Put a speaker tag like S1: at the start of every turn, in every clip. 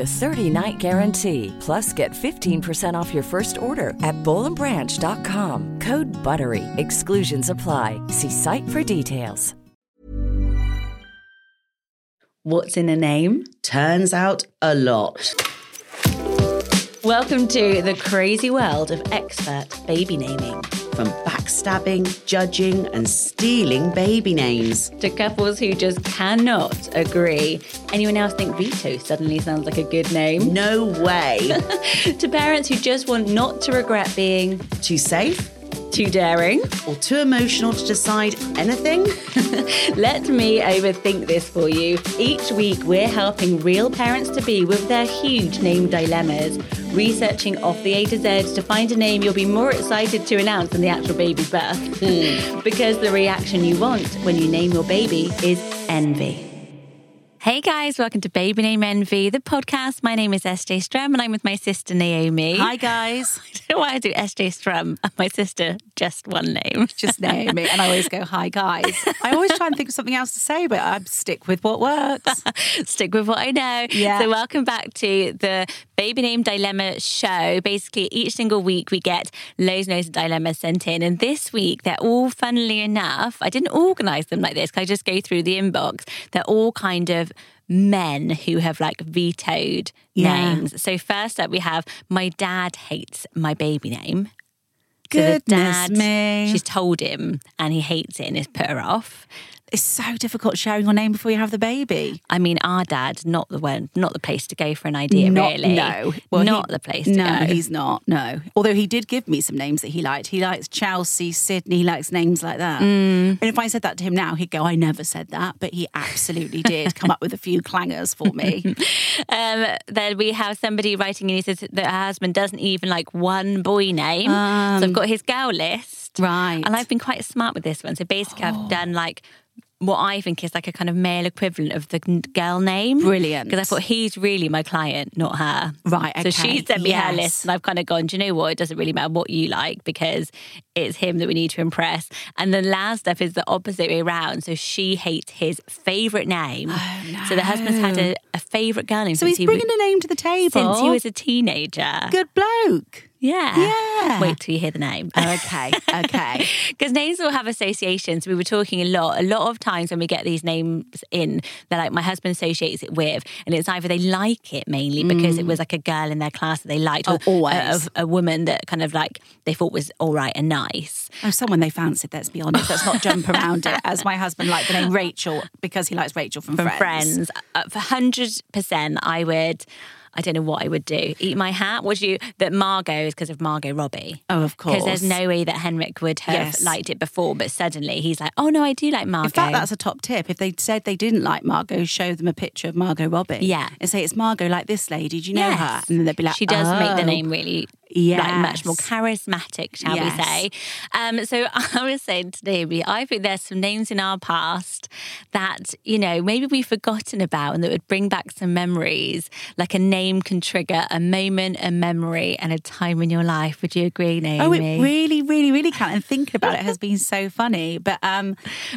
S1: a 30-night guarantee. Plus, get 15% off your first order at bowlandbranch.com. Code BUTTERY. Exclusions apply. See site for details.
S2: What's in a name? Turns out a lot. Welcome to the crazy world of expert baby naming. From backstabbing, judging, and stealing baby names.
S3: To couples who just cannot agree. Anyone else think Vito suddenly sounds like a good name?
S2: No way.
S3: to parents who just want not to regret being
S2: Too safe
S3: too daring.
S2: or too emotional to decide anything?
S3: Let me overthink this for you. Each week, we're helping real parents to be with their huge name dilemmas, researching off the A to Z to find a name you'll be more excited to announce than the actual baby's birth. because the reaction you want when you name your baby is envy. Hey guys, welcome to Baby Name Envy, the podcast. My name is SJ Strum and I'm with my sister Naomi.
S2: Hi, guys.
S3: don't know why I do SJ Strum and my sister just one name.
S4: just Naomi. And I always go, hi, guys. I always try and think of something else to say, but I stick with what works.
S3: Stick with what I know.
S4: Yeah.
S3: So welcome back to the Baby Name Dilemma show. Basically, each single week we get loads and loads of dilemmas sent in. And this week, they're all, funnily enough, I didn't organise them like this. 'cause I just go through the inbox. They're all kind of men who have like vetoed
S4: Yeah.
S3: names. So first up, we have my dad hates my baby name.
S4: Goodness
S3: so the dad,
S4: me.
S3: She's told him and he hates it and it's put her off.
S4: It's so difficult sharing your name before you have the baby.
S3: I mean, our dad, not the one, not the place to go for an idea,
S4: Not-
S3: really.
S4: No. Well,
S3: not
S4: he-
S3: the place to
S4: no,
S3: go.
S4: he's not. No. Although he did give me some names that he liked. He likes Chelsea, Sydney. He likes names like that.
S3: Mm.
S4: And if I said that to him now, he'd go, I never said that. But he absolutely did come up with a few clangers for me.
S3: Um, then we have somebody writing in who says that her husband doesn't even like one boy name. so I've got his girl list.
S4: Um, right. Oh.
S3: And I've been quite smart with this one. So basically, I've done like what I think is like a kind of male equivalent of the n- girl name.
S4: Brilliant.
S3: Because I thought he's really my client, not her.
S4: Right,
S3: So she
S4: okay.
S3: sent me her
S4: Yes.
S3: list, and I've kind of gone, do you know what? It doesn't really matter what you like because it's him that we need to impress. And the last step is the opposite way around. So she hates his favourite name. So the husband's had a, a favourite girl name
S4: Oh, so
S3: since
S4: he's bringing
S3: he
S4: a name to the table.
S3: was, since he was a teenager.
S4: good bloke.
S3: Yeah.
S4: Yeah.
S3: Wait till you hear the name.
S4: Okay. Okay.
S3: Because names will have associations. We were talking a lot. A lot of times when we get these names in, they're like, my husband associates it with. And it's either they like it mainly because it was like a girl in their class that they liked, or
S4: Mm. Oh, always.
S3: A, a- a woman that kind of like they thought was all right and nice.
S4: Oh, someone they fancied, let's be honest. Let's not jump around it. As my husband liked the name Rachel because he likes Rachel from,
S3: From
S4: Friends.
S3: friends. Uh, For 100%, I would. I don't know what I would do. Eat my hat? Would you? That Margot is because of Margot Robbie.
S4: Oh, of
S3: Because
S4: course.
S3: there's no way that Henrik would have
S4: Yes.
S3: liked it before, but suddenly he's like, oh no, I do like Margot.
S4: In fact, that's a top tip. If they said they didn't like Margot, show them a picture of Margot Robbie.
S3: Yeah.
S4: And say, it's Margot like this lady. Do you know
S3: Yes.
S4: her? And then they'd be like,
S3: she does make the
S4: "Oh."
S3: name really like much more
S4: Yes.
S3: charismatic, shall we
S4: Yes.
S3: say? Um, so I was saying to Naomi, I think there's some names in our past that you know maybe we've forgotten about, and that would bring back some memories. Like a name can trigger a moment, a memory, and a time in your life. Would you agree, Naomi?
S4: Oh, it really, really, really can. And thinking about it has been so funny. But um,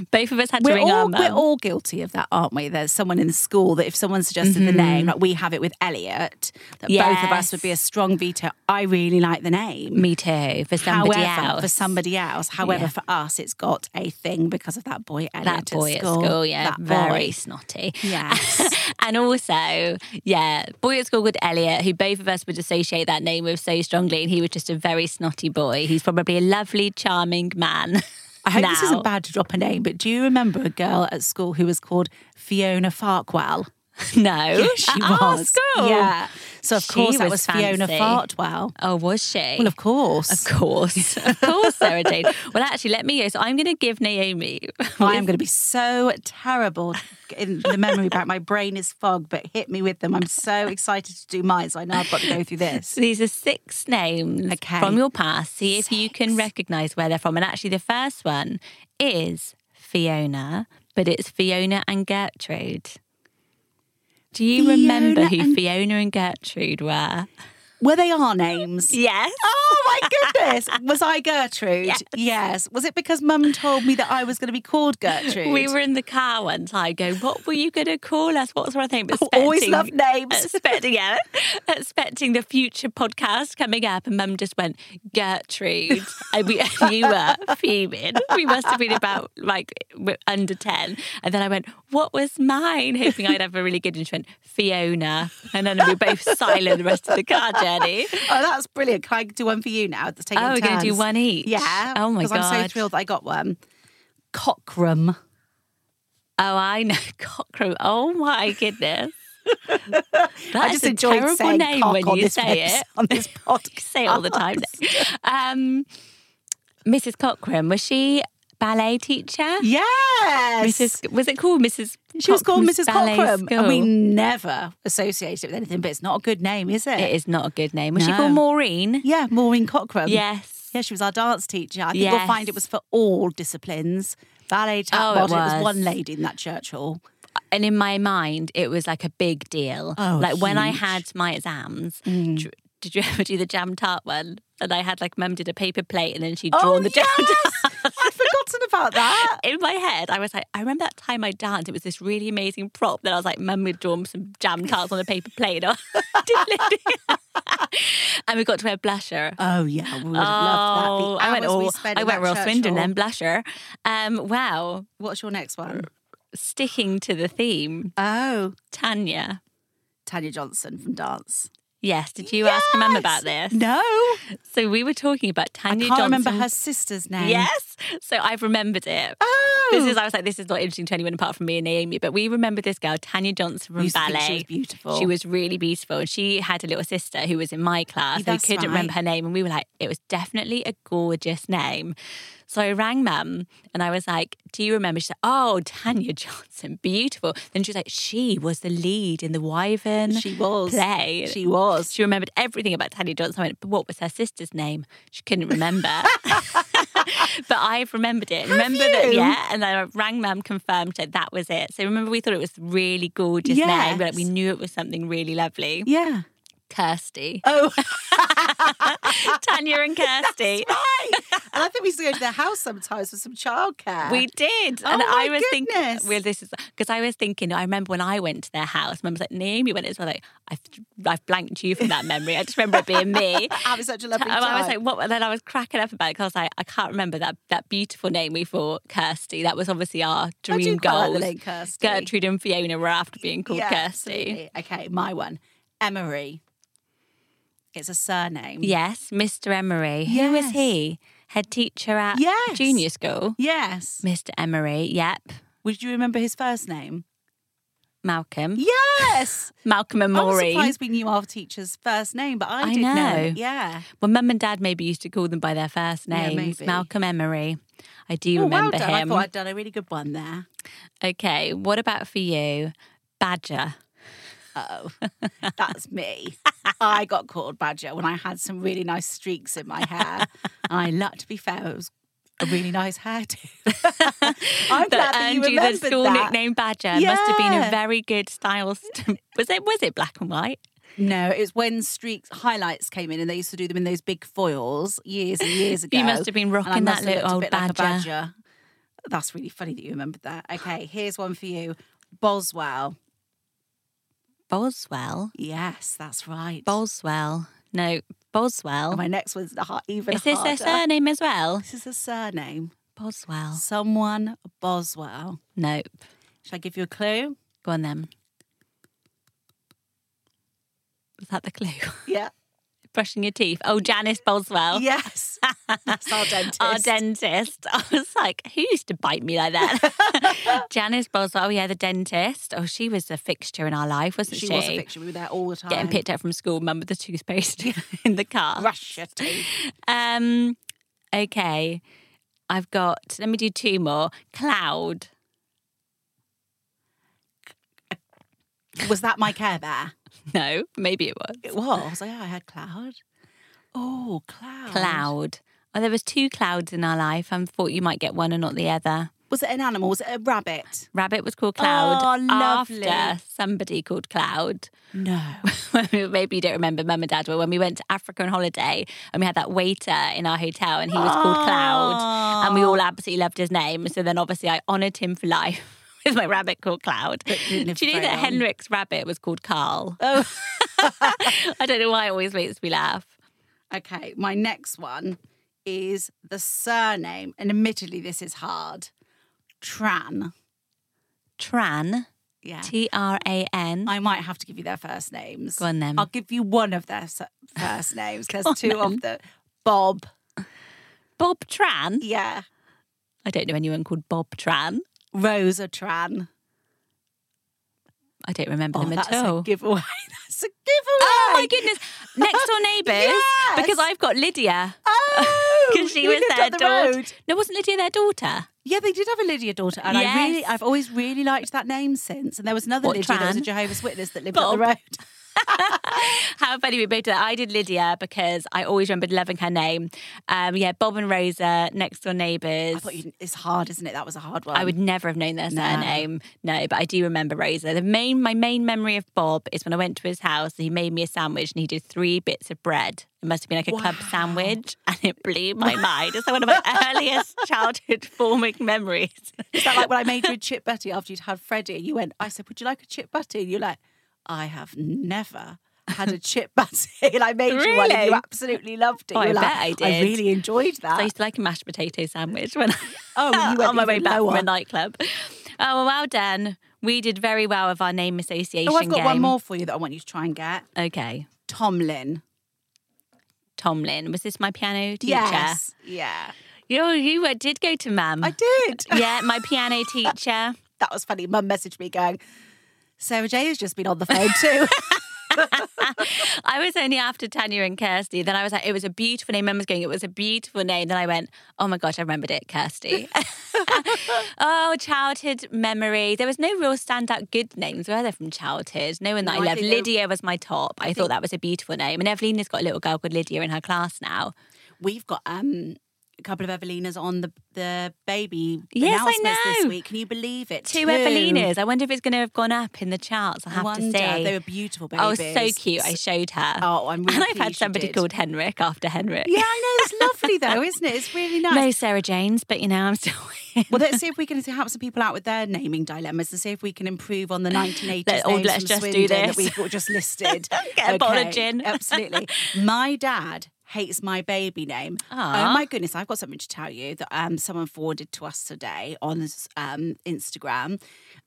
S3: Both of us had to
S4: we're
S3: ring our
S4: all,
S3: mum.
S4: we're all guilty of that, aren't we? There's someone in school that if someone suggested the name, like we have it with Elliot, that both of us would be a
S3: Mm-hmm. Yes.
S4: strong veto. I really like the name.
S3: Me too. For somebody
S4: however,
S3: else.
S4: For somebody else. However, for us, it's got a thing because of that boy Elliot
S3: That boy
S4: at
S3: at
S4: school.
S3: school, yeah,
S4: That
S3: very
S4: boy.
S3: snotty.
S4: Yes.
S3: and also, yeah, boy at school with Elliot, who both of us would associate that name with so strongly, and he was just a very snotty boy. He's probably a lovely, charming man.
S4: I hope this
S3: now.
S4: isn't bad to drop a name, but do you remember a girl at school who was called Fiona Farquhar?
S3: No,
S4: Yes, she
S3: At our
S4: was.
S3: school.
S4: Yeah. So of
S3: She
S4: course that
S3: was
S4: was Fiona
S3: fancy.
S4: Fartwell.
S3: Oh, was she?
S4: Well, of course.
S3: Of course, of course, Sarah Jane. Well, actually, let me go. So I'm going to give Naomi.
S4: I am going to be so terrible in the memory bank. My brain is fogged, but hit me with them. I'm so excited to do mine, so I know I've got to go through this.
S3: So these are six names
S4: Okay.
S3: from your past. See if you can recognize where they're from. And actually, the first one is Fiona, but it's Fiona and Gertrude. Do you remember
S4: Fiona
S3: who
S4: and-
S3: Fiona and Gertrude were?
S4: Were they our names?
S3: Yes.
S4: Oh my goodness! Was I Gertrude?
S3: Yes.
S4: Was it because Mum told me that I was going to be called Gertrude?
S3: We were in the car one time going, What were you going to call us? What's our name?
S4: I always love names.
S3: Expecting, yeah, expecting the future podcast coming up. And mum just went, Gertrude. And, we, and you were fuming. We must have been about like we're under 10. And then I went, What was mine? Hoping I'd have a really good one. She went, Fiona. And then we were both silent the rest of the car journey.
S4: Oh, that's brilliant! Can I do one for you now? Let's take it
S3: Oh,
S4: in
S3: we're gonna do
S4: turns.
S3: one each?
S4: Yeah.
S3: Oh, my
S4: Because I'm so
S3: God.
S4: thrilled that I got one. Cockrum.
S3: Oh, I know. Cockroach. Oh, my goodness. That's
S4: I just
S3: a
S4: enjoy
S3: terrible
S4: saying
S3: name
S4: cock
S3: when
S4: on
S3: you
S4: this
S3: say
S4: webs-
S3: it.
S4: on this
S3: You
S4: podcast.
S3: say it all the time. Um, Mrs. Cochran, was she ballet teacher?
S4: Yes,
S3: Mrs. Was it called Mrs.
S4: She was called
S3: Cochran's
S4: Mrs.
S3: Ballet
S4: Cockrum, and
S3: School?
S4: we never associate it with anything. But it's not a good name, is it?
S3: it is not a good name. Was she
S4: No.
S3: called Maureen?
S4: Yeah, Maureen Cockrum.
S3: Yes.
S4: yeah, she was our dance teacher. I think
S3: Yes.
S4: you'll find it was for all disciplines. Ballet, tap,
S3: Oh, it
S4: modern. It was.
S3: was.
S4: one lady in that church hall.
S3: and in my mind it was like a big deal
S4: Oh,
S3: like when i
S4: huge. Mm.
S3: had my exams dr- did you ever do the jam tart one and i had like mum did a paper plate and then she'd
S4: Oh,
S3: drawn the jam tart
S4: I'd forgotten about that.
S3: in my head i was like i remember that time i danced it was this really amazing prop that i was like mum had drawn some jam tarts on a paper plate and, I did it. and we got to wear blusher
S4: Oh yeah, we would have loved that. The
S3: Oh, I went
S4: hours we
S3: all,
S4: spent
S3: I
S4: in
S3: went
S4: that
S3: Royal
S4: church
S3: Swindon
S4: hall.
S3: then blusher. Um, wow,
S4: What's your next one?
S3: Uh, sticking to the theme,
S4: Oh,
S3: Tanya.
S4: Tanya Johnson from dance.
S3: Yes. Did you ask your mum about this?
S4: No, I
S3: So we were talking about
S4: can't
S3: Tanya Johnson.
S4: remember her sister's name.
S3: Yes. So I've remembered it.
S4: Oh,
S3: This is. I was like, this is not interesting to anyone apart from me and Naomi. But we remember this girl, Tanya Johnson from
S4: used to think
S3: ballet.
S4: she was beautiful.
S3: She was really beautiful, and she had a little sister who was in my class. and
S4: That's
S3: we couldn't remember
S4: right.
S3: her name, and we were like, it was definitely a gorgeous name. So I rang mum, and I was like, do you remember? She said, oh, Tanya Johnson, beautiful. Then she was like, she was the lead in the Wyvern.
S4: She was.
S3: play.
S4: She was.
S3: She remembered everything about Tanya Johnson. I went, but what was her sister's name? She couldn't remember. but I've remembered it. remember that?
S4: you?
S3: Yeah. And then I rang mum, confirmed that that was it. So remember, we thought it was really gorgeous name, but
S4: Yes.
S3: we knew it was something really lovely.
S4: Yeah.
S3: Kirsty,
S4: Oh,
S3: Tanya and Kirsty.
S4: right. and I think we used to go to their house sometimes for some childcare.
S3: We did,
S4: Oh
S3: and
S4: my
S3: I was
S4: goodness.
S3: thinking, well, this is because I was thinking. I remember when I went to their house. Mum was like, Naomi went as well. Like, I've, I've blanked you from that memory. I just remember it being me.
S4: having such a lovely
S3: And
S4: time.
S3: Oh, I was like, what? And then I was cracking up about it because I was like, I can't remember that that beautiful name we thought Kirsty. That was obviously our
S4: I do
S3: dream
S4: quite like
S3: goal.
S4: the name Kirsty.
S3: Gertrude and Fiona were after being called
S4: Yeah,
S3: Kirsty.
S4: absolutely. Okay, my one. Emery. It's a surname.
S3: Yes, Mr. Emery. Who was
S4: Yes.
S3: he? Head teacher at
S4: Yes.
S3: junior school.
S4: Yes.
S3: Mr. Emery. Yep.
S4: Would you remember his first name?
S3: Malcolm.
S4: Yes.
S3: Malcolm and
S4: I was
S3: Maureen.
S4: surprised we knew our teacher's first name, but I,
S3: I
S4: did know.
S3: know.
S4: it. Yeah.
S3: Well, Mum and Dad maybe used to call them by their first
S4: Yeah,
S3: names.
S4: maybe.
S3: Malcolm Emery. I do
S4: Oh,
S3: remember
S4: well done.
S3: him.
S4: I thought I'd done a really good one there.
S3: Okay, what about for you? Badger.
S4: oh, that's me. I got called Badger when I had some really nice streaks in my hair. I, like, to be fair, it was a really nice hairdo. I'm glad
S3: that
S4: that you
S3: earned you the
S4: remembered
S3: school
S4: that.
S3: nickname Badger must have been a
S4: Yeah.
S3: very good style. St- was it? Was it black and white?
S4: No, it was when streaks highlights came in, and they used to do them in those big foils years and years ago.
S3: You must have been
S4: And I
S3: rocking
S4: must
S3: that
S4: have
S3: little
S4: looked
S3: old
S4: a bit Like a
S3: badger.
S4: badger. That's really funny that you remembered that. Okay, here's one for you, Boswell.
S3: Boswell.
S4: Yes, that's right.
S3: Boswell. No,
S4: And
S3: Boswell.
S4: my next one's the har- even
S3: Is this
S4: harder.
S3: their surname as well?
S4: This is a surname.
S3: Boswell.
S4: Someone Boswell.
S3: Nope.
S4: Should I give you a clue?
S3: Go on then. Was that the clue?
S4: Yeah.
S3: Brushing your teeth. Oh, Janice Boswell.
S4: Yes. that's our dentist.
S3: Our dentist. I was like, who used to bite me like that? Janice Boswell. Oh, yeah, the dentist. Oh, she was a fixture in our life, wasn't she?
S4: She was a picture. We were there all the time.
S3: Getting picked up from school, mum with the toothpaste in the car.
S4: Brush your teeth.
S3: Um, okay. I've got, let me do two more. Cloud.
S4: Was that my Care Bear?
S3: No, maybe it was.
S4: It was. Yeah, I had cloud. Oh, cloud.
S3: Cloud. Oh, there was two clouds in our life. I thought you might get one and not the other.
S4: Was it an animal? Was it a rabbit?
S3: Rabbit was called Cloud
S4: Oh, lovely.
S3: after somebody called Cloud.
S4: No.
S3: Maybe you don't remember, Mum and Dad, but when we went to Africa on holiday and we had that waiter in our hotel and he was called Cloud and we all absolutely loved his name. So then obviously I honoured him for life with my rabbit called Cloud. Do you
S4: didn't live
S3: know
S4: very
S3: that
S4: long.
S3: Henrik's rabbit was called Carl? Oh. I don't know why it always makes me laugh.
S4: Okay, my next one is the surname, and admittedly, this is hard. Tran.
S3: Tran,
S4: Yeah.
S3: T R A N.
S4: I might have to give you their first names.
S3: Go on then.
S4: I'll give you one of their s- first names. There's two of them. Bob.
S3: Bob Tran.
S4: Yeah.
S3: I don't know anyone called Bob Tran.
S4: Rosa Tran.
S3: I don't remember
S4: Oh,
S3: them
S4: that's
S3: at
S4: a
S3: all.
S4: giveaway. That's a giveaway.
S3: Oh my goodness! Next door neighbours,
S4: Yes.
S3: because I've got Lydia.
S4: Oh,
S3: Because she
S4: you
S3: was
S4: lived
S3: their
S4: up the
S3: daughter.
S4: road.
S3: No, wasn't Lydia their daughter?
S4: Yeah, they did have a Lydia daughter, and
S3: Yes.
S4: I really, I've always really liked that name since. And there was another
S3: What,
S4: Lydia that was a
S3: Tran?
S4: Jehovah's Witness that lived
S3: Bob.
S4: up the road.
S3: How funny we both did that. I did Lydia because I always remembered loving her name. Um, yeah, Bob and Rosa, next door neighbours.
S4: I thought you, it's hard, isn't it? That was a hard one.
S3: I would never have known their
S4: No.
S3: surname. No, but I do remember Rosa. The main, my main memory of Bob is when I went to his house. He made me a sandwich and he did three bits of bread. It must have been like a club
S4: Wow.
S3: sandwich, and it blew my mind. It's like one of my earliest childhood forming memories.
S4: Is that like when I made you a chip butty after you'd had Freddie? You went, I said, "Would you like a chip butty?" And you're like, "I have never." Had a chip butty, and I made you one, and
S3: Really?
S4: you absolutely loved it.
S3: Oh,
S4: You were
S3: I
S4: like,
S3: bet I did.
S4: really enjoyed that.
S3: I used to like a mashed potato sandwich when I,
S4: Ah. Oh, well, you went
S3: on my way
S4: even
S3: back from
S4: lower.
S3: a nightclub. Oh, well, well done. We did very well with our name association
S4: oh, I've got
S3: game.
S4: one more for you that I want you to try and get.
S3: Okay.
S4: Tomlin.
S3: Tomlin. Was this my piano teacher?
S4: Yes. Yeah.
S3: You, you uh, did go to mum.
S4: I did.
S3: Yeah, my piano teacher.
S4: that was funny. Mum messaged me going, Sarah J has just been on the phone too.
S3: I was only after Tanya and Kirsty. Then I was like, it was a beautiful name. Mum was going, it was a beautiful name. Then I went, oh my gosh, I remembered it, Kirsty. oh, childhood memory. There was no real standout good names, were there, from childhood? No one that
S4: No,
S3: I
S4: I
S3: loved.
S4: think they-
S3: Lydia was my top. I, thought that was a beautiful name. And Evelina's got a little girl called Lydia in her class now.
S4: We've got um, a couple of Evelinas on the the baby
S3: Yes, I
S4: announcements this
S3: know.
S4: week. Can you believe it?
S3: Two Evelinas. I wonder if it's going to have gone up in the charts. I have
S4: Wonder.
S3: to say.
S4: They were beautiful babies.
S3: Oh, so cute. I showed her.
S4: Oh, I'm really
S3: And I've
S4: pleased
S3: had
S4: you
S3: somebody
S4: did.
S3: called Henrik after Henrik.
S4: Yeah, I know. It's lovely though, isn't it? It's really nice.
S3: No Sarah Janes, but you know, I'm still.
S4: Well, let's see if we can help some people out with their naming dilemmas and see if we can improve on the 1980s
S3: Let- oh,
S4: names
S3: let's
S4: from
S3: just do
S4: Swindon
S3: this.
S4: that we've all just listed.
S3: Get a bottle of gin.
S4: absolutely. My dad hates my baby name.
S3: Aw.
S4: Oh my goodness, I've got something to tell you that um, someone forwarded to us today on um, Instagram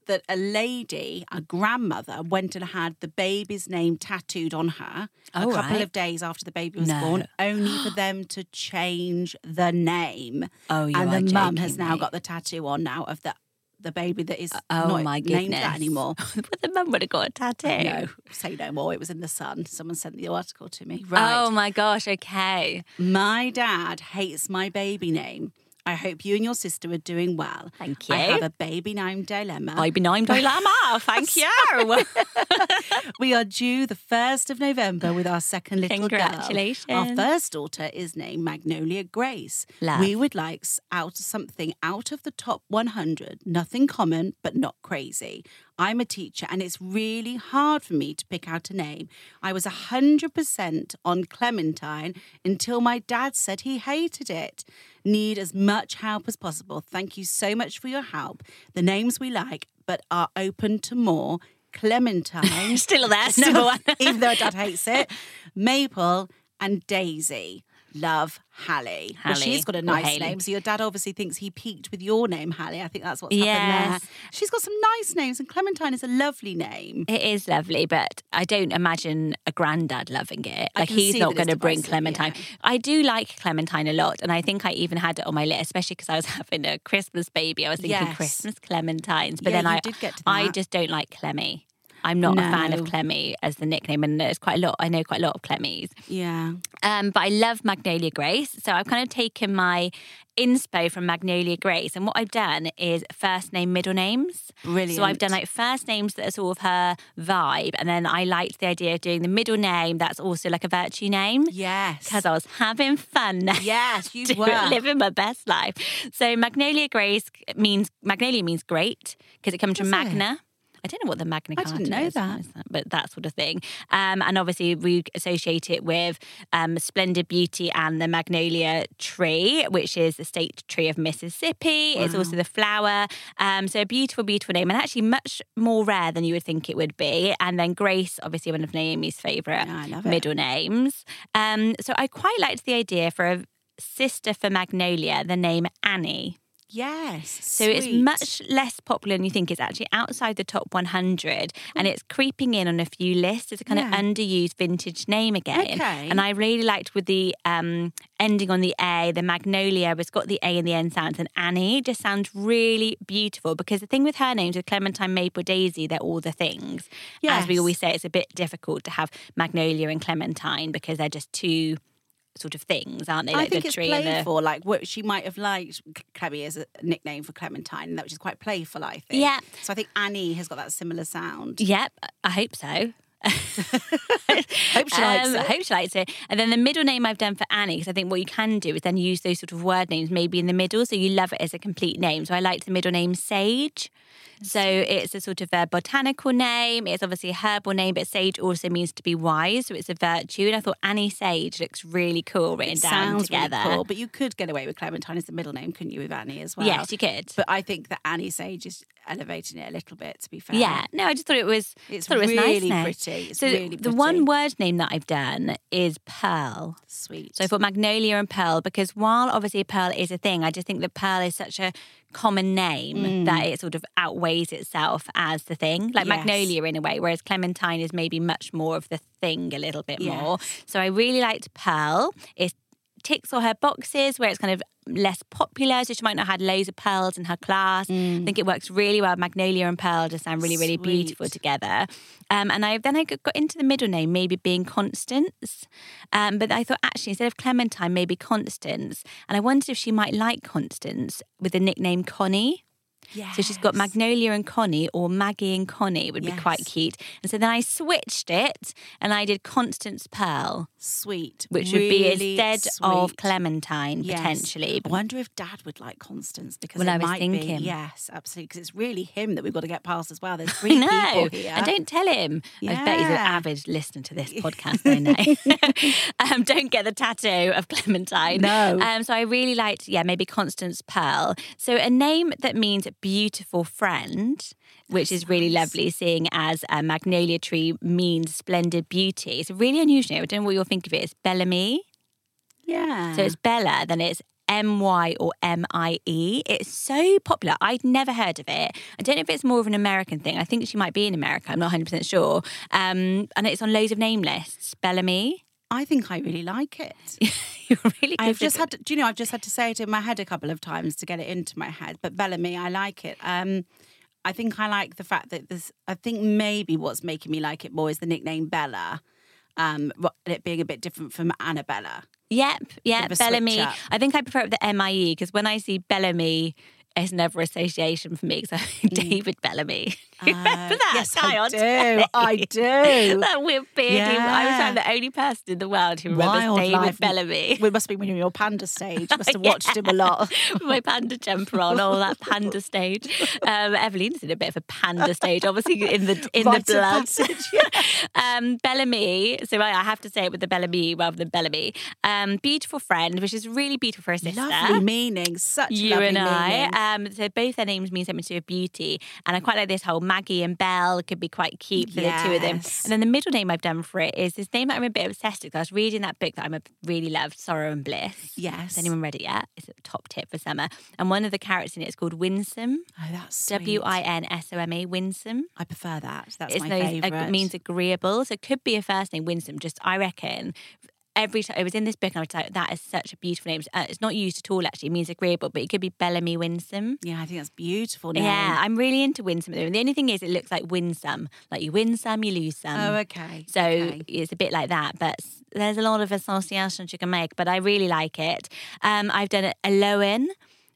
S4: that a lady, a grandmother, went and had the baby's name tattooed on her
S3: Oh,
S4: a couple
S3: right.
S4: of days after the baby was
S3: No.
S4: born, only for them to change the name
S3: Oh, you
S4: and
S3: are
S4: the mum has
S3: joking
S4: now
S3: me.
S4: got the tattoo on now of the the baby that is
S3: Oh
S4: not
S3: my
S4: named
S3: goodness!
S4: that anymore.
S3: but the mum would have got a tattoo.
S4: No, say no more. It was in the Sun. Someone sent the article to me. Right,
S3: Oh my gosh! Okay.
S4: my dad hates my baby name. I hope you and your sister are doing well.
S3: Thank
S4: I
S3: you.
S4: have a baby name dilemma.
S3: I be named Olama. Thank you.
S4: we are due the 1st of November with our second little
S3: Congratulations.
S4: girl. Our first daughter is named Magnolia Grace.
S3: Love.
S4: We would like s- out something out of the top 100, nothing common, but not crazy. I'm a teacher and it's really hard for me to pick out a name. I was 100% on Clementine until my dad said he hated it. Need as much help as possible. Thank you so much for your help. The names we like, but are open to more. Clementine.
S3: Still there,
S4: Still-
S3: number one.
S4: even though Dad hates it. Maple and Daisy. Love Hallie. Well,
S3: Hallie
S4: she's got a
S3: or
S4: nice
S3: Hayley.
S4: name. So your dad obviously thinks he peaked with your name, Hallie. I think that's what's happened
S3: Yes.
S4: there. She's got some nice names, and Clementine is a lovely name.
S3: It is lovely, but I don't imagine a granddad loving it.
S4: I
S3: Like
S4: can
S3: he's
S4: see
S3: not
S4: that it's
S3: going to bring
S4: divisive,
S3: Clementine.
S4: yeah.
S3: I do like Clementine a lot, and I think I even had it on my list, especially because I was having a Christmas baby. I was thinking
S4: Yes.
S3: Christmas Clementines, but
S4: Yeah,
S3: then
S4: you
S3: I
S4: did get to
S3: I
S4: that.
S3: just don't like Clemmy. I'm not a fan of
S4: No.
S3: Clemmy as the nickname, and there's quite a lot. I know quite a lot of Clemmys.
S4: Yeah.
S3: Um, but I love Magnolia Grace. So I've kind of taken my inspo from Magnolia Grace. And what I've done is first name, middle names. So I've
S4: Brilliant.
S3: done like first names that are sort of her vibe. And then I liked the idea of doing the middle name that's also like a virtue name.
S4: Yes.
S3: Because I was having fun.
S4: Yes, you
S3: doing-
S4: were.
S3: living my best life. So Magnolia Grace means Magnolia means great because it comes from
S4: Does it?
S3: Magna. I don't know what the Magna
S4: I didn't
S3: Carta
S4: know
S3: is,
S4: that.
S3: is but that sort of thing. Um, and obviously, we associate it with um, splendid beauty and the magnolia tree, which is the state tree of Mississippi. It's also the flower. Um, so a beautiful, beautiful name, and actually much more rare than you would think it would be. And then Grace, obviously one of Naomi's favourite
S4: Yeah, I love it.
S3: middle names. Um, so I quite liked the idea for a sister for Magnolia, the name Annie.
S4: yes.
S3: So it's much less popular than you think. It's actually outside the top 100 and it's creeping in on a few lists. It's a kind
S4: Yeah.
S3: of underused vintage name again.
S4: Okay.
S3: And I really liked with the um, ending on the A, the Magnolia was got the A in the end sounds and Annie just sounds really beautiful because the thing with her names, with Clementine, Maple, Daisy, they're all the things. As we
S4: Yes.
S3: always say, it's a bit difficult to have Magnolia and Clementine because they're just two sort of things, aren't they?
S4: I think
S3: the
S4: it's
S3: tree and the
S4: playful. Like what she might have liked Clemmy as a nickname for Clementine, and that which is quite playful. I think.
S3: Yeah.
S4: So I think Annie has got that similar sound.
S3: Yep, I hope so.
S4: Hope she likes
S3: I
S4: it.
S3: hope she likes it. And then the middle name I've done for Annie, because I think what you can do is then use those sort of word names maybe in the middle, so you love it as a complete name. So I liked the middle name Sage. So it's a sort of a botanical name. It's obviously a herbal name, but Sage also means to be wise, so it's a virtue. And I thought Annie Sage looks really cool written
S4: It
S3: down
S4: sounds really
S3: together.
S4: cool, but you could get away with Clementine as the middle name, couldn't you, with Annie as well?
S3: Yes, you could.
S4: But I think that Annie Sage is elevating it a little bit. To be fair,
S3: Yeah, no, I just thought it was.
S4: uh, It's
S3: thought it was
S4: really
S3: nice name.
S4: pretty. It's
S3: so
S4: really
S3: the
S4: pretty.
S3: one word name that I've done is Pearl.
S4: sweet.
S3: So I thought Magnolia and Pearl because while obviously Pearl is a thing, I just think that Pearl is such a common name that it sort of outweighs itself as the thing, like
S4: Mm. Yes.
S3: Magnolia in a way, whereas Clementine is maybe much more of the thing a little bit more.
S4: Yes.
S3: So I really liked Pearl. It ticks all her boxes where it's kind of less popular, so she might not have had loads of pearls in her class. I think it works really well. Magnolia and Pearl just sound really, really beautiful
S4: Sweet.
S3: together. Um, and I then I got got into the middle name, maybe being Constance. Um, but I thought actually instead of Clementine, maybe Constance. And I wondered if she might like Constance with the nickname Connie. So she's got
S4: Yes.
S3: Magnolia and Connie, or Maggie and Connie would be quite
S4: Yes.
S3: cute. And so then I switched it and I did Constance Pearl,
S4: sweet,
S3: which would be
S4: really
S3: instead of
S4: sweet.
S3: Clementine
S4: Yes.
S3: potentially.
S4: I wonder if Dad would like Constance because
S3: Well,
S4: it
S3: I was
S4: might
S3: thinking.
S4: be. Yes, absolutely. Because it's really him that we've got to get past as well. There's
S3: I
S4: three
S3: know.
S4: people here.
S3: And don't tell him. I bet he's an
S4: Yeah.
S3: avid listener to this podcast, I know. um, don't get the tattoo of Clementine.
S4: No.
S3: Um, so I really liked, yeah, maybe Constance Pearl. So a name that means beautiful friend, which is really lovely, seeing as a magnolia tree means splendid beauty. It's a really unusual name. I don't know what you'll think of it. It's Bellamy.
S4: yeah.
S3: So it's Bella, then it's M Y or M I E. It's so popular. I'd never heard of it. I don't know if it's more of an American thing. I think she might be in America. I'm not 100% sure. Um, and it's on loads of name lists. Bellamy.
S4: I think I really like it.
S3: You're really
S4: I've just
S3: considerate.
S4: had, to, do you know, I've just had to say it in my head a couple of times to get it into my head. But Bellamy, I like it. Um, I think I like the fact that this. I think maybe what's making me like it more is the nickname Bella, um, ro- and it being a bit different from Annabella.
S3: Yep,
S4: Bit of
S3: yep,
S4: a switch
S3: Bellamy.
S4: up.
S3: I think I prefer it with the MIE because when I see Bellamy, it's never association for me because David Bellamy. You Remember that
S4: Mm. Ah, Uh, yes,
S3: guy
S4: I
S3: on
S4: do,
S3: telly?
S4: I do.
S3: that weird beardy. I was
S4: Yeah.
S3: I'm the only person in the world who remembers
S4: Wild
S3: David
S4: life.
S3: Bellamy.
S4: We must be when you were in your panda stage. Must have watched him a lot.
S3: With my panda jumper on, all that panda stage. Um, Evelyn's in a bit of a panda stage, obviously in the in
S4: Rite
S3: the
S4: of
S3: blood.
S4: passage, yeah.
S3: um, Bellamy, so I, I have to say it with the Bellamy rather than Bellamy. Um, beautiful friend, which is really beautiful for a sister.
S4: Lovely meaning, such
S3: you
S4: lovely
S3: and
S4: meaning.
S3: I. Um, so both their names mean something to do with beauty, and I quite like this whole Maggie and Belle could be quite cute for the two of them.
S4: Yes.
S3: And then the middle name I've done for it is this name that I'm a bit obsessed with. 'cause I was reading that book that I'm a really loved, Sorrow and Bliss.
S4: Yes.
S3: Has anyone read it yet? It's a top tip for summer. And one of the carrots in it is called Winsome.
S4: oh, that's sweet.
S3: W I N S O M E, Winsome.
S4: I prefer that. That's
S3: It's
S4: my
S3: those- ag-
S4: favourite.
S3: means agreeable. So it could be a first name, Winsome. Just I reckon every time it was in this book, and I was like, that is such a beautiful name. Uh, it's not used at all. Actually, it means agreeable, but it could be Bellamy Winsome.
S4: yeah, I think that's beautiful. Name.
S3: Yeah, I'm really into winsome. at the moment. The only thing is, it looks like win some, like you win some, you lose some.
S4: Oh, okay.
S3: So
S4: okay.
S3: it's a bit like that, but s- there's a lot of associations you can make. But I really like it. Um, I've done a lowen,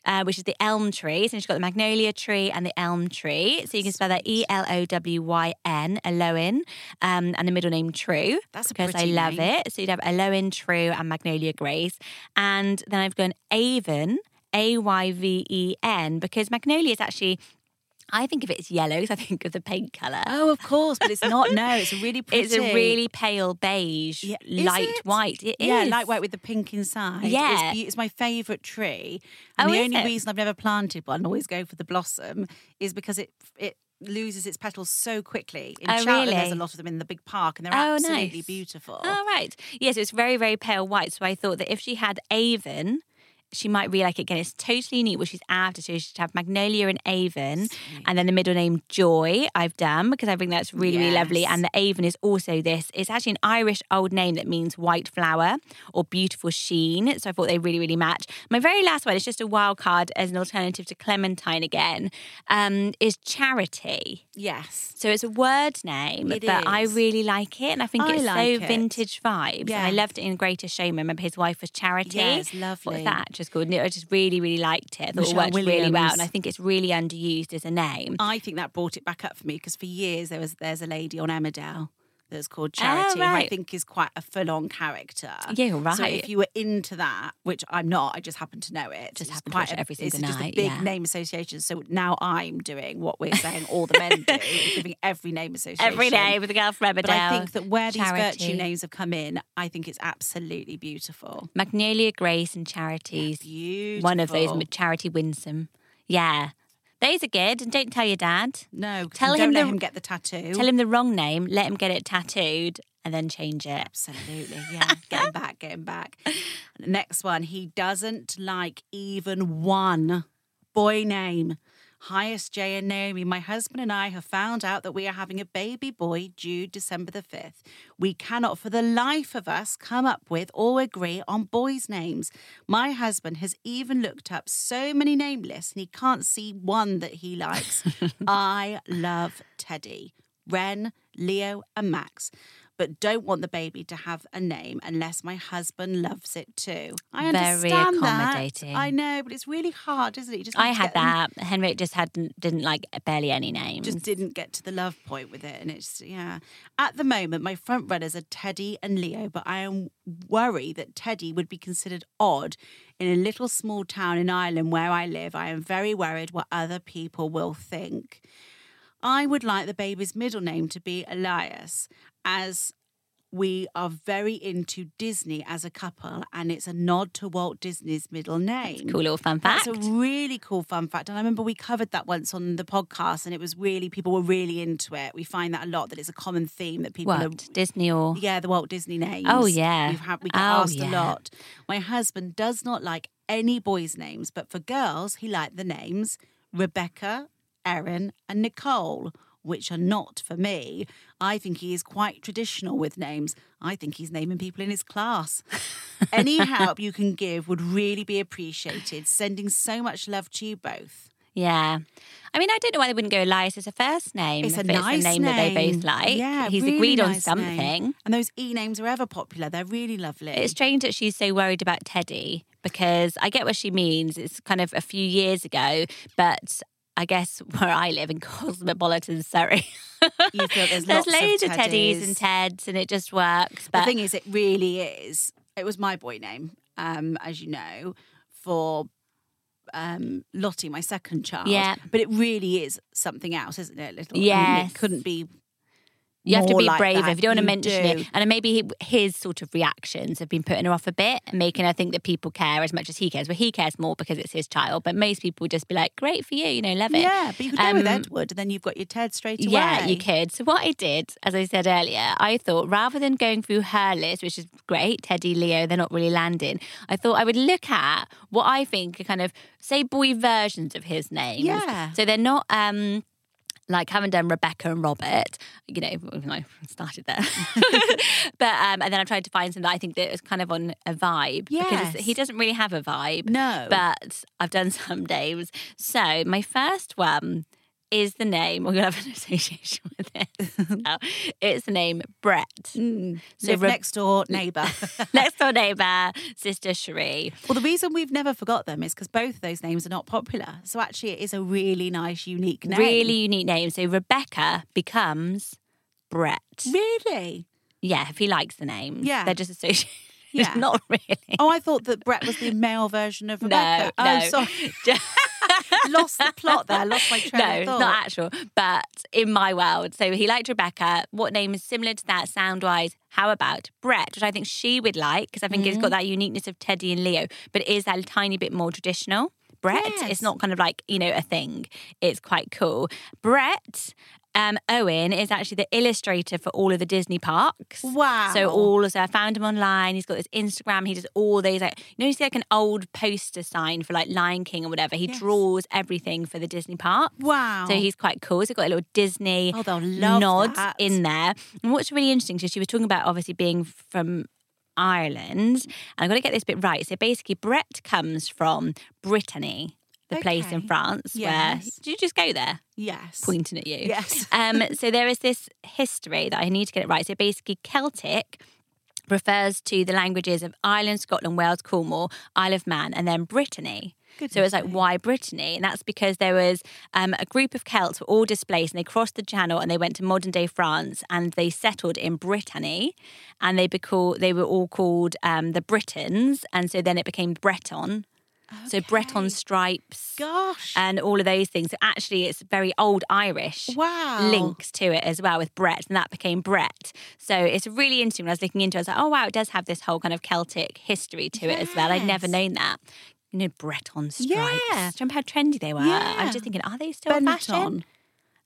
S3: uh, which is the elm tree. So you've got the magnolia tree and the elm tree. So you can spell that E L O W Y N, Aloin, um, and the middle name True.
S4: That's a
S3: because I
S4: pretty
S3: love
S4: name.
S3: it. So you'd have Aloin True and Magnolia Grace, and then I've gone Avon. A Y V E N because magnolia is actually, I think of it as yellow because I think of the paint colour.
S4: Oh, of course, but it's not. No, it's really pretty.
S3: It's a really pale beige,
S4: Yeah, is
S3: light
S4: it?
S3: white. It is.
S4: yeah, light white with the pink inside.
S3: Yeah.
S4: it's, beau- it's my favourite tree, and
S3: Oh,
S4: the
S3: is
S4: only
S3: it?
S4: reason I've never planted one, and always go for the blossom, is because it it loses its petals so quickly. In
S3: Oh,
S4: Cheltenham, there's a
S3: really?
S4: lot of them in the big park, and they're
S3: Oh,
S4: absolutely
S3: nice.
S4: beautiful.
S3: Oh, right. Yes, it's very, very pale white. So I thought that if she had Avon, she might really like it again. It's totally neat what she's after. So she should have Magnolia and Avon, and then the middle name Joy. I've done because I think that's really, really lovely.
S4: Yes.
S3: And the Avon is also this. It's actually an Irish old name that means white flower or beautiful sheen. So I thought they really, really match. My very last one is just a wild card as an alternative to Clementine again. Um, is Charity.
S4: Yes,
S3: So it's a word name,
S4: It
S3: but I
S4: is.
S3: really like it, and I think
S4: I
S3: it's
S4: like
S3: so
S4: it.
S3: vintage vibes. And I
S4: Yeah.
S3: loved it in Greater Showman. Remember, his wife was Charity.
S4: Yes,
S3: What's
S4: lovely.
S3: that actress called? No, I just really, really liked it. I thought
S4: Michelle
S3: it worked really well,
S4: Williams.
S3: and I think it's really underused as a name.
S4: I think that brought it back up for me because for years there was there's a lady on Emmerdale that's called Charity, who I
S3: Oh, right.
S4: think is quite a full on character.
S3: Yeah,
S4: So
S3: right.
S4: if you were into that, which I'm not, I just happen to know it.
S3: Just
S4: it's
S3: happen to
S4: quite
S3: watch it
S4: a-
S3: every
S4: it's
S3: single
S4: just
S3: night,
S4: a big
S3: yeah.
S4: name association. So now I'm doing what we're saying all the men do, giving every name association.
S3: Every day with a girl from Emmerdale.
S4: But I think that where these
S3: Charity.
S4: virtue names have come in, I think it's absolutely beautiful.
S3: Magnolia Grace and Charities.
S4: Beautiful.
S3: One of those with Charity Winsome. Yeah. Those are good. And don't tell your dad.
S4: No,
S3: Tell
S4: tell him.
S3: him
S4: Let
S3: the-
S4: him get the tattoo.
S3: Tell him the wrong name, let him get it tattooed, and then change it.
S4: Absolutely, yeah. get him back, get him back. Next one. He doesn't like even one boy name. Highest J and Naomi, my husband and I have found out that we are having a baby boy due December the 5th. We cannot for the life of us come up with or agree on boys' names. My husband has even looked up so many name lists and he can't see one that he likes. I love Teddy. Ren, Leo, and Max, but don't want the baby to have a name unless my husband loves it too. I
S3: Very
S4: understand
S3: accommodating.
S4: that. I know, but it's really hard, isn't it? You just
S3: I
S4: need to
S3: had
S4: get them-
S3: that. Henrik just hadn't didn't like barely any names.
S4: Just didn't get to the love point with it, and it's yeah. At the moment, my front runners are Teddy and Leo, but I am worried that Teddy would be considered odd in a little small town in Ireland where I live. I am very worried what other people will think. I would like the baby's middle name to be Elias, as we are very into Disney as a couple, and it's a nod to Walt Disney's middle name.
S3: cool little fun fact.
S4: That's a really cool fun fact. And I remember we covered that once on the podcast, and it was really, people were really into it. We find that a lot, that it's a common theme that people
S3: what
S4: are.
S3: Disney or
S4: Yeah, the Walt Disney names.
S3: Oh, yeah.
S4: We've had, we get
S3: Oh,
S4: asked a
S3: yeah.
S4: lot. My husband does not like any boys' names, but for girls, he liked the names Rebecca, Erin, and Nicole. Which are not for me. I think he is quite traditional with names. I think he's naming people in his class. Any help you can give would really be appreciated. Sending so much love to you both.
S3: Yeah. I mean, I don't know why they wouldn't go Elias is a first name.
S4: It's a
S3: if
S4: nice
S3: it's the name, that they both like.
S4: Yeah,
S3: He's
S4: really
S3: agreed on
S4: nice name.
S3: something.
S4: And those e names are ever popular. They're really lovely.
S3: It's strange that she's so worried about Teddy because I get what she means. It's kind of a few years ago, but I guess where I live in cosmopolitan Surrey,
S4: You feel there's
S3: there's
S4: lots of
S3: loads of teddies.
S4: Teddies.
S3: and Teds, and it just works. But
S4: the thing is, it really is. It was my boy name, um, as you know, for um, Lottie, my second child.
S3: Yeah.
S4: But it really is something else, isn't it? Little. I mean,
S3: Yes.
S4: it couldn't be.
S3: you have to
S4: more
S3: be
S4: like
S3: brave
S4: that.
S3: if you don't want to
S4: You
S3: mention
S4: do.
S3: it. And maybe he, his sort of reactions have been putting her off a bit and making her think that people care as much as he cares. Well, he cares more because it's his child, but most people would just be like, great for you, you know, love it.
S4: Yeah, but you could go with
S3: Um,
S4: Edward, and then you've got your Ted straight away.
S3: Yeah, you could. So what I did, as I said earlier, I thought rather than going through her list, which is great, Teddy, Leo, they're not really landing. I thought I would look at what I think are kind of say boy versions of his names.
S4: Yeah.
S3: So they're not um like haven't done Rebecca and Robert, you know, when I started there. but um and then I tried to find some that I think that is kind of on a vibe. Because
S4: Yes.
S3: he doesn't really have a vibe.
S4: No.
S3: But I've done some names. So my first one is the name. We're gonna have an association with it. now. It's the name Brett. So
S4: Live
S3: Re-
S4: Mm. next door neighbour.
S3: next door neighbour, sister Cherie.
S4: well, the reason we've never forgot them is because both of those names are not popular. So actually, it is a really nice, unique name.
S3: Really unique name. So Rebecca becomes Brett.
S4: really.
S3: Yeah, if he likes the name.
S4: Yeah.
S3: They're just associated.
S4: Yeah.
S3: Not really.
S4: Oh, I thought that Brett was the male version of Rebecca.
S3: No,
S4: oh,
S3: no.
S4: sorry. lost the plot there. Lost my train
S3: no,
S4: of thought.
S3: not actual, but in my world. So he liked Rebecca. What name is similar to that sound wise? How about Brett, which I think she would like because I think it's
S4: Mm.
S3: got that uniqueness of Teddy and Leo, but it is a tiny bit more traditional. Brett,
S4: Yes.
S3: it's not kind of like, you know, a thing. It's quite cool. Brett um, Owen is actually the illustrator for all of the Disney parks.
S4: Wow.
S3: So all of so I found him online. He's got this Instagram. He does all these like you know you see like an old poster sign for like Lion King or whatever. He draws everything for the Disney park.
S4: Wow.
S3: So he's quite cool. So he's got a little Disney
S4: Oh, they'll love
S3: nods
S4: that.
S3: in there. And what's really interesting, so she was talking about obviously being from Ireland, and I've got to get this bit right. So basically, Brett comes from Brittany, the place in
S4: Okay.
S3: France where
S4: Yes.
S3: did you just go there?
S4: yes.
S3: pointing at you.
S4: Yes.
S3: um, so there is this history that I need to get it right. So basically, Celtic refers to the languages of Ireland, Scotland, Wales, Cornwall, Isle of Man, and then Brittany. So it's like why Brittany, and that's because there was um, a group of Celts were all displaced, and they crossed the Channel and they went to modern day France, and they settled in Brittany, and they becau- they were all called um, the Britons, and so then it became Breton. So Breton stripes,
S4: Gosh.
S3: and all of those things. So actually, it's very old Irish
S4: Wow.
S3: links to it as well with Brett, and that became Brett. So it's really interesting. When I was looking into it, I was like, oh, wow, it does have this whole kind of Celtic history to it as well. I'd never
S4: Yes.
S3: known that. You know, Breton stripes.
S4: Yeah.
S3: Do you remember how trendy they were? I was just thinking, are they still
S4: Benetton.
S3: fashion?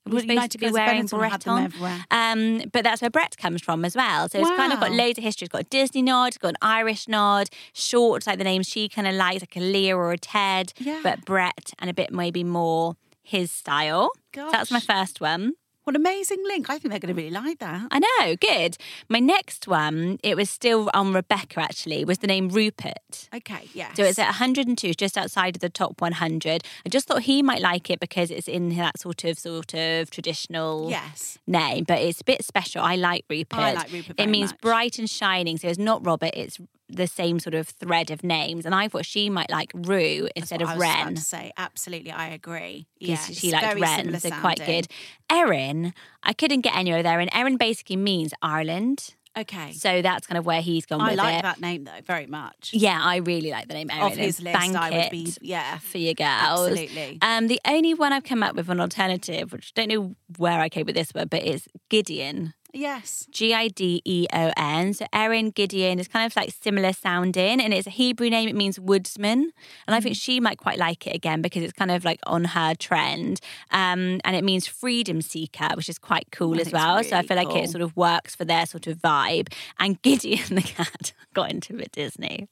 S3: Are we
S4: Well,
S3: supposed to
S4: United
S3: be
S4: Press
S3: wearing
S4: Benetton had them
S3: Breton?
S4: everywhere.
S3: Um, but that's where Brett comes from as well. So it's kind of got
S4: Wow.
S3: loads of history. It's got a Disney nod, it's got an Irish nod, short, like the name she kind of likes, like a Leah or a Ted,
S4: Yeah.
S3: but Brett and a bit maybe more his style. So that's my
S4: Gosh.
S3: first one.
S4: What an amazing link. I think they're going to really like that.
S3: I know, good. My next one, it was still on Rebecca actually, was the name Rupert.
S4: Okay. Yes.
S3: So it's at 102, just outside of the top 100. I just thought he might like it because it's in that sort of sort of traditional
S4: Yes.
S3: name, but it's a bit special. I like Rupert.
S4: I like Rupert
S3: It
S4: very
S3: means
S4: much.
S3: bright and shining. So it's not Robert, it's the same sort of thread of names. And I thought she might like Rue instead
S4: What
S3: of
S4: I was about
S3: Ren.
S4: to say absolutely. I agree. Yeah.
S3: 'cause she
S4: it's
S3: liked
S4: very
S3: Ren,
S4: similar
S3: so quite
S4: sounding.
S3: good. Erin, I couldn't get any of there. And Erin basically means Ireland.
S4: Okay.
S3: So that's kind of where he's gone
S4: I
S3: with
S4: like
S3: it.
S4: that name though very much.
S3: Yeah, I really like the name Erin.
S4: Of his list,
S3: Bank
S4: I would
S3: it
S4: be yeah.
S3: for your girls.
S4: Absolutely.
S3: Um, the only one I've come up with an alternative, which I don't know where I came with this one, but it's Gideon.
S4: Yes.
S3: G I D E O N. So Erin Gideon is kind of like similar sounding, and it's a Hebrew name. It means woodsman, and I
S4: Mm-hmm.
S3: think she might quite like it again because it's kind of like on her trend, um, and it means freedom seeker, which is quite cool
S4: I
S3: as
S4: think it's
S3: well. so I
S4: really
S3: feel like
S4: cool.
S3: it sort of works for their sort of vibe. And Gideon the cat got into a Disney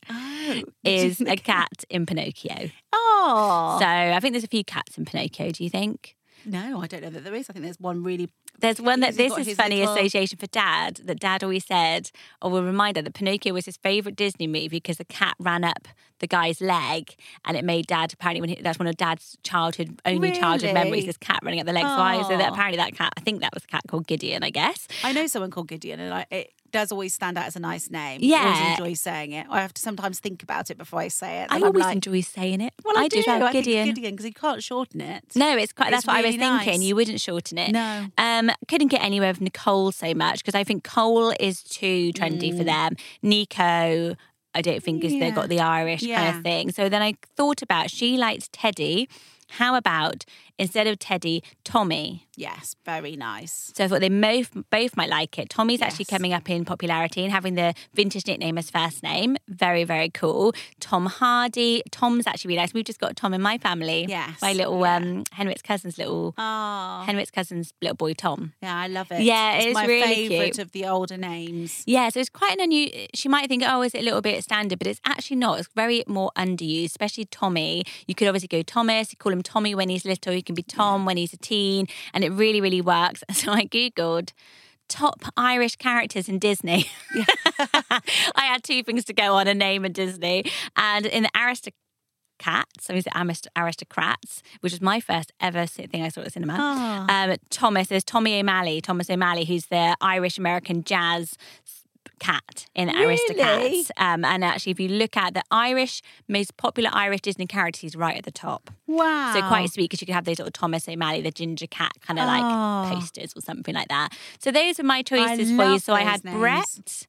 S3: is a cat in Pinocchio.
S4: Oh.
S3: So I think there's a few cats in Pinocchio. Do you think?
S4: No, I don't know that there is. I think there's one really.
S3: There's one that
S4: He's
S3: this
S4: got
S3: is
S4: his
S3: funny
S4: little-
S3: association for dad that dad always said, or will remind her that Pinocchio was his favorite Disney movie because the cat ran up the guy's leg and it made dad apparently when he, that's one of dad's childhood only childhood memories
S4: Really?
S3: this cat running up the leg. So I so that
S4: Aw.
S3: apparently that cat I think that was a cat called Gideon I guess.
S4: I know someone called Gideon, and I, it does always stand out as a nice name. I
S3: Yeah.
S4: always enjoy saying it. I have to sometimes think about it before I say it.
S3: I
S4: and I'm
S3: always
S4: like,
S3: enjoy saying it.
S4: Well, I,
S3: do, as
S4: do.
S3: well,
S4: I think
S3: Gideon.
S4: Gideon because you can't shorten it.
S3: No, it's quite.
S4: It's
S3: that's what I was
S4: really
S3: thinking.
S4: nice.
S3: You wouldn't shorten it.
S4: No.
S3: Um, couldn't get anywhere with Nicole so much because I think Cole is too trendy
S4: Mm.
S3: for them. Nico, I don't think is they
S4: Yeah.
S3: got the Irish kind
S4: Yeah.
S3: of thing. So then I thought about she likes Teddy. How about instead of Teddy, Tommy?
S4: Yes, very nice.
S3: So I thought they both both might like it. Tommy's actually
S4: Yes.
S3: coming up in popularity and having the vintage nickname as first name. Very very cool. Tom Hardy. Tom's actually really nice. We've just got Tom in my family.
S4: Yes.
S3: my little
S4: Yeah.
S3: um, Henrik's cousin's little
S4: Oh,
S3: Henrik's cousin's little boy Tom.
S4: yeah, I love it.
S3: Yeah,
S4: it's
S3: it's
S4: my
S3: really
S4: favorite
S3: cute.
S4: of the older names.
S3: Yeah, so it's quite an unusual. She might think, oh, is it a little bit standard? But it's actually not. It's very more underused, especially Tommy. You could obviously go Thomas. You call him Tommy when he's little. You can be Tom when he's a teen, and it really, really works. So I googled top Irish characters in Disney. I had two things to go on: a name and Disney. And in the Aristocats, I mean, the Amist- Aristocrats, which was my first ever si- thing I saw at the cinema.
S4: Ah.
S3: Um, Thomas, there's Tommy O'Malley, Thomas O'Malley, who's the Irish American jazz cat in Aristocats. Um, and actually, if you look at the Irish, most popular Irish Disney characters, he's right at the top.
S4: Wow.
S3: So quite
S4: Ah.
S3: sweet because you could have those little Thomas O'Malley, the ginger cat kind of like posters or something like that. So those were my choices for you.
S4: Ah. love
S3: So I
S4: those
S3: had
S4: names.
S3: Brett,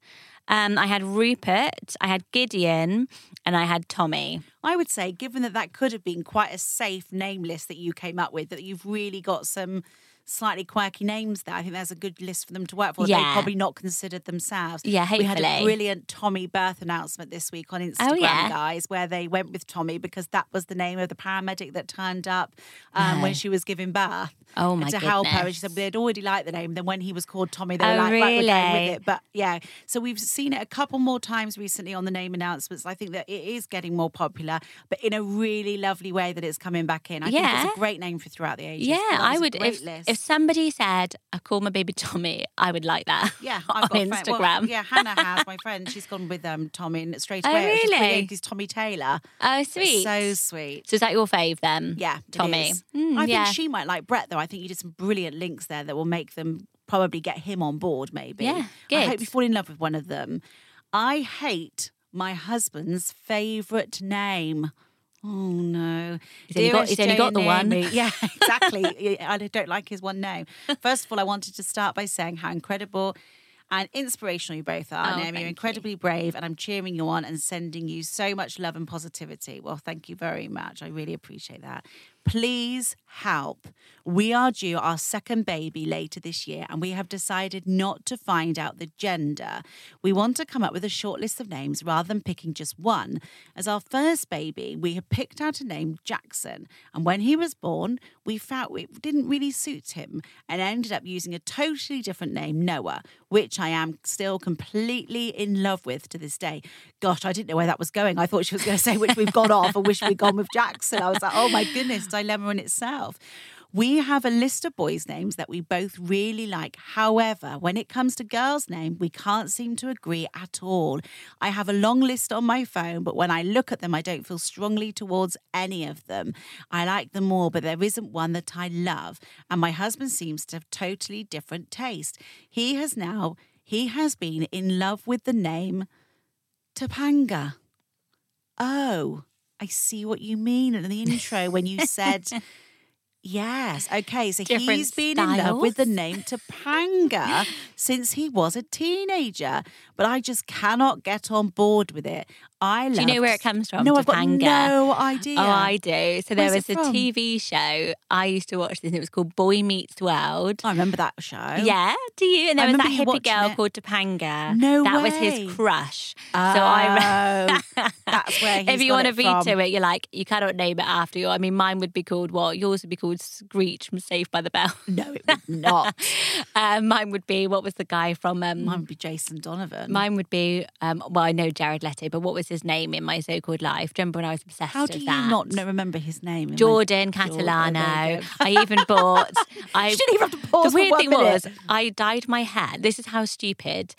S3: um, I had Rupert, I had Gideon, and I had Tommy.
S4: I would say, given that that could have been quite a safe name list that you came up with, that you've really got some slightly quirky names there. I think that's a good list for them to work for. that
S3: Yeah.
S4: They probably not considered themselves.
S3: Yeah,
S4: We had a
S3: hopefully. Oh,
S4: brilliant Tommy birth announcement this week on Instagram,
S3: yeah.
S4: guys, where they went with Tommy because that was the name of the paramedic that turned up um, when she was giving birth. uh,
S3: Oh, my
S4: To help her. And
S3: goodness.
S4: she said they'd already liked the name. Then when he was called Tommy, they were
S3: Oh,
S4: like, right, we're going
S3: really?
S4: with it. But yeah, so we've seen it a couple more times recently on the name announcements. I think that it is getting more popular, but in a really lovely way that it's coming back in. I think
S3: Yeah.
S4: it's a great name for throughout the ages.
S3: Yeah,
S4: That
S3: I
S4: was a
S3: would.
S4: Great
S3: If,
S4: list.
S3: if somebody said, I call my baby Tommy, I would like that
S4: yeah,
S3: on
S4: I've got a friend-
S3: Instagram.
S4: well, yeah, Hannah has my friend. She's gone with um Tommy and straight
S3: Oh,
S4: away. it was just
S3: really?
S4: He's Tommy Taylor.
S3: Oh,
S4: It's
S3: sweet.
S4: So sweet.
S3: So is that your fave then?
S4: Yeah, it
S3: um, Tommy.
S4: is.
S3: Mm,
S4: I
S3: yeah.
S4: think she might like Brett though. I think you did some brilliant links there that will make them probably get him on board. Maybe.
S3: Yeah,
S4: I
S3: good.
S4: hope you fall in love with one of them. I hate my husband's favourite name. Oh no!
S3: He's only got- he's
S4: Dearest
S3: only
S4: Jay
S3: got the one.
S4: and Amy. Yeah, exactly. I don't like his one name. First of all, I wanted to start by saying how incredible and inspirational you both are,
S3: Oh,
S4: Naomi.
S3: thank
S4: You're
S3: you.
S4: incredibly brave, and I'm cheering you on and sending you so much love and positivity. Well, thank you very much. I really appreciate that. Please help. We are due our second baby later this year, and we have decided not to find out the gender. We want to come up with a short list of names rather than picking just one. As our first baby, we had picked out a name Jackson, and when he was born, we felt it didn't really suit him and ended up using a totally different name, Noah, which I am still completely in love with to this day. Gosh, I didn't know where that was going. I thought she was going to say, which we've gone off, and wish we'd gone with Jackson. I was like, oh my goodness, dilemma in itself. We have a list of boys' names that we both really like. However, when it comes to girls' name, we can't seem to agree at all. I have a long list on my phone, but when I look at them, I don't feel strongly towards any of them. I like them all, but there isn't one that I love. And my husband seems to have totally different taste. He has now he has been in love with the name Topanga. Oh, I see what you mean. And in the intro, when you said, yes, okay, so
S3: Different
S4: he's been in love with the
S3: styles.
S4: name Topanga since he was a teenager, but I just cannot get on board with it. I love.
S3: Do you know where it comes from?
S4: No,
S3: Topanga.
S4: I've got no idea.
S3: Oh, I do. So there
S4: Where's
S3: was
S4: it
S3: a
S4: from?
S3: TV show I used to watch this, and it was called Boy Meets World.
S4: I remember that show.
S3: Yeah, do you? And
S4: Oh. I
S3: there was that
S4: remember you
S3: hippie
S4: watching
S3: girl
S4: it.
S3: called Topanga.
S4: No
S3: that was
S4: way.
S3: his crush. so I. re-
S4: Oh, that's where he's
S3: if you
S4: got
S3: want
S4: it
S3: to veto
S4: from.
S3: it, you're like you cannot name it after you. I mean, mine would be called what? Yours would be called Screech from Saved by the Bell.
S4: no, it would not.
S3: um, mine would be what was the guy from? Um,
S4: Mine would be Jason Donovan.
S3: Mine would be, um, well, I know Jared Leto, but what was his name in my so-called life. Do you remember when I was obsessed
S4: How
S3: with
S4: do you
S3: that?
S4: not know, remember his name? Am I-
S3: Jordan
S4: Jordan, there you
S3: Catalano.
S4: go.
S3: I even bought. I
S4: She didn't even have to pause
S3: The
S4: for
S3: weird
S4: one
S3: thing
S4: minute.
S3: was, I dyed my hair. This is how stupid.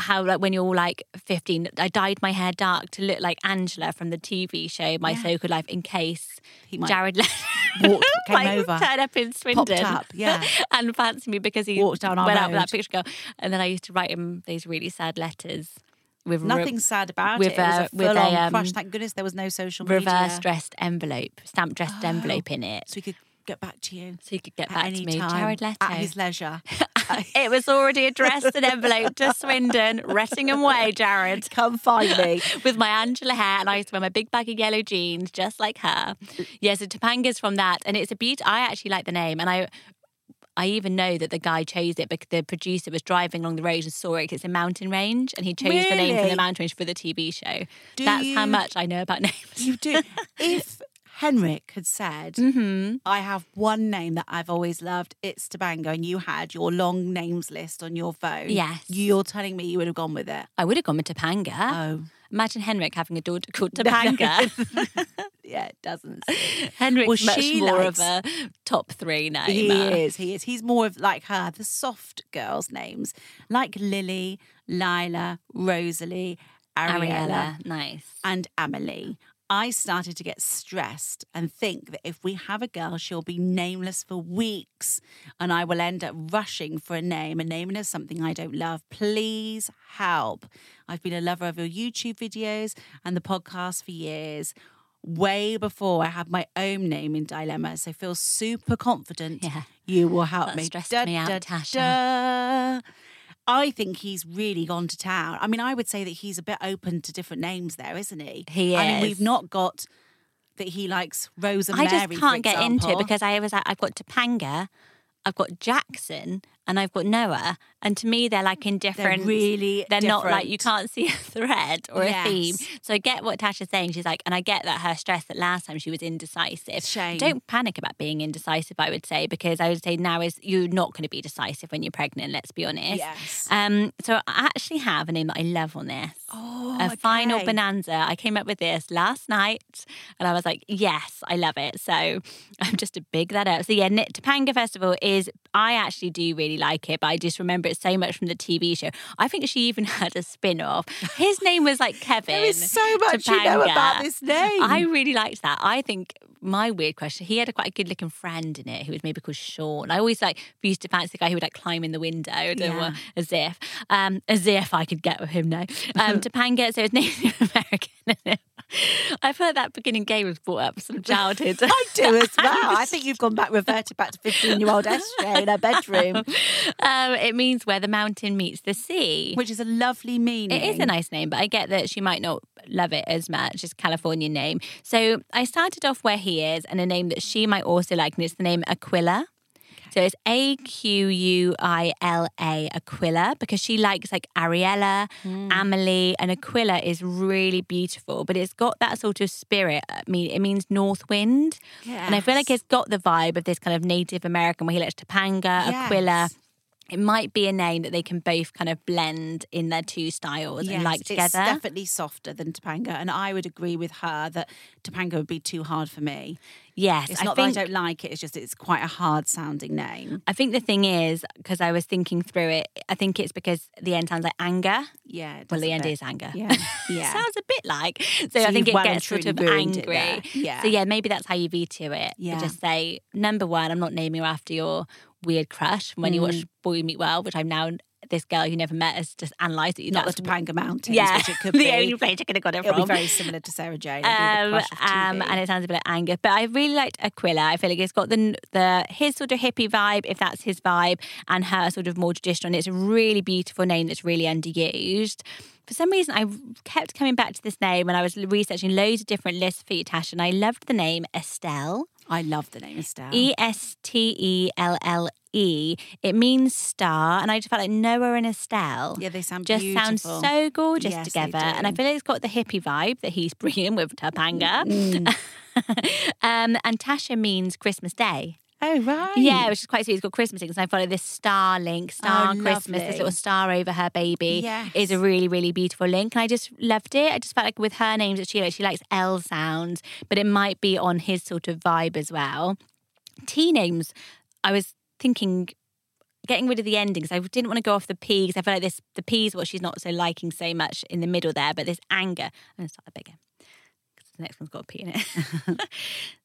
S3: How like when you're like 15, I dyed my hair dark to look like Angela from the TV show My So Good Life in case
S4: He might-
S3: Jared Leto
S4: Walked- came
S3: might
S4: over.
S3: turn up in Swindon,
S4: up, yeah.
S3: and fancy me because he
S4: Walked down our
S3: went out with
S4: road.
S3: that picture girl. And then I used to write him these really sad letters with re-
S4: Nothing sad about
S3: with
S4: it. It was
S3: a-
S4: a
S3: with a,
S4: full-on crush.
S3: um,
S4: Thank goodness there was no social media. Oh.
S3: reverse dressed envelope, stamp dressed envelope in it.
S4: So he could get back to you.
S3: So he could get
S4: at
S3: back
S4: any
S3: to me.
S4: time,
S3: Jared Leto.
S4: At his leisure.
S3: it was already addressed and enveloped to Swindon, Rettingham Way, Jared.
S4: Come find me.
S3: With my Angela hair, and I used to wear my big baggy yellow jeans, just like her. Yeah, so Topanga's from that, and it's a beat. I actually like the name, and I, I even know that the guy chose it because the producer was driving along the road and saw it. 'cause it's a mountain range, and he chose the name from
S4: Really?
S3: the mountain range for the TV show.
S4: Do
S3: That's how
S4: you-
S3: much I know about names.
S4: You do. If Henrik had said,
S3: Mm-hmm.
S4: I have one name that I've always loved, it's Tabango, and you had your long names list on your phone.
S3: Yes.
S4: You're telling me you would have gone with it.
S3: I would have gone with Topanga.
S4: Oh.
S3: Imagine Henrik having a daughter called Topanga.
S4: Yeah, it doesn't. seem-
S3: Henrik's
S4: Well,
S3: much
S4: she
S3: more
S4: likes-
S3: of a top three name. uh,
S4: He is. He is. He's more of like her, the soft girls' names, like Lily, Lila, Rosalie, Ariella.
S3: Ariella, nice.
S4: and Amelie, I started to get stressed and think that if we have a girl, she'll be nameless for weeks and I will end up rushing for a name and naming her something I don't love. Please help. I've been a lover of your YouTube videos and the podcast for years. Way before I had my own name in dilemma, so feel super confident
S3: Yeah.
S4: you will help
S3: That
S4: me.
S3: stressed me out, Tasha.
S4: da. I think he's really gone to town. I mean, I would say that he's a bit open to different names there, isn't he?
S3: He
S4: I mean, we've
S3: is.
S4: not got that he likes Rose and
S3: I
S4: Mary.
S3: just
S4: for
S3: can't get into it
S4: example.
S3: because I was like, I've got Topanga, I've got Jackson, and I've got Noah. And to me, they're like indifferent.
S4: really
S3: They're not like,
S4: different.
S3: you can't see a thread or
S4: Yes.
S3: a theme. So I get what Tasha's saying. She's like, and I get that her stress that last time she was indecisive.
S4: Shame.
S3: Don't panic about being indecisive, I would say, because I would say now is you're not going to be decisive when you're pregnant, let's be honest.
S4: Yes.
S3: Um, so I actually have a name that I love on this.
S4: Oh,
S3: a final
S4: okay.
S3: bonanza. I came up with this last night and I was like, yes, I love it. So I'm just to big that up. So yeah, Ni- Topanga Festival is, I actually do really like it, but I just remember it so much from the TV show. I think she even had a spin off. His name was like Kevin.
S4: There is so much you know
S3: Topanga.
S4: about this name.
S3: I really liked that. I think my weird question, he had a quite a good looking friend in it who was maybe called Sean. I always like used to fancy the guy who would like climb in the window. I don't know,
S4: Yeah.
S3: as if. Um, as if I could get with him now. Um, Topanga, so his Native American. I feel like that beginning game was brought up some childhood.
S4: I do as well. I think you've gone back, reverted back to 15 year old Esther in her bedroom,
S3: um, it means where the mountain meets the sea.
S4: which is a lovely meaning.
S3: It is a nice name, but I get that she might not love it as much as California name. So I started off where he is and a name that she might also like, and it's the name Aquila. So it's A Q U I L A Aquila because she likes like Ariella,
S4: Hmm.
S3: Amelie, and Aquila is really beautiful, but it's got that sort of spirit. I mean, it means north wind, and I feel like
S4: Yes.
S3: it's got the vibe of this kind of Native American where he likes Topanga, Aquila
S4: Yes.
S3: it might be a name that they can both kind of blend in their two styles and like together.
S4: It's definitely softer than Topanga, and I would agree with her that Topanga would be too hard for me.
S3: yes,
S4: It's
S3: I
S4: not
S3: think.
S4: that I don't like it; it's just it's quite a hard sounding name.
S3: I think the thing is because I was thinking through it. I think it's because the end sounds like anger.
S4: Yeah, it
S3: Well,
S4: does a
S3: the end
S4: bit.
S3: is anger.
S4: Yeah, yeah.
S3: sounds a bit like. So,
S4: So
S3: I think
S4: you've
S3: it
S4: well and
S3: gets sort
S4: truly
S3: of
S4: ruined it
S3: angry.
S4: there. Yeah.
S3: So yeah, maybe that's how you veto it. You
S4: Yeah.
S3: Just say number one. I'm not naming her after your weird crush. When you
S4: Mm.
S3: watch Boy You Meet World, which I'm now this girl you never met has just analysed it. You
S4: not the
S3: that's-
S4: Topanga Mountains,
S3: Yeah,
S4: which it could
S3: the
S4: be.
S3: only place you could have got it
S4: It'll
S3: from.
S4: be very similar to Sarah Jane. it'll be the
S3: Um,
S4: crush of
S3: um,
S4: TV.
S3: and it sounds a bit like anger, but I really liked Aquila. I feel like it's got the the his sort of hippie vibe, if that's his vibe, and her sort of more traditional. And it's a really beautiful name that's really underused. For some reason, I kept coming back to this name when I was researching loads of different lists for you, Tasha, and I loved the name Estelle.
S4: I love the name Estelle.
S3: E S T E L L E. It means star, and I just felt like Noah and Estelle.
S4: Yeah, they sound
S3: just sound
S4: beautiful.
S3: so gorgeous
S4: Yes, they
S3: together, and I
S4: do.
S3: feel like it's got the hippie vibe that he's
S4: Mm.
S3: bringing with Topanga. um, and Tasha means Christmas Day.
S4: Oh, right.
S3: Yeah, which is quite sweet. It's got Christmas things. And I follow this star link, star
S4: Oh,
S3: Christmas, this
S4: lovely.
S3: little star over her baby
S4: Yes.
S3: is a really, really beautiful link. And I just loved it. I just felt like with her names that she likes, she likes L sounds, but it might be on his sort of vibe as well. T names, I was thinking getting rid of the endings. I didn't want to go off the P because I feel like this the P is what she's not so liking so much in the middle there, but this anger. I'm gonna start that bit again. 'Cause The next one's got a P in it.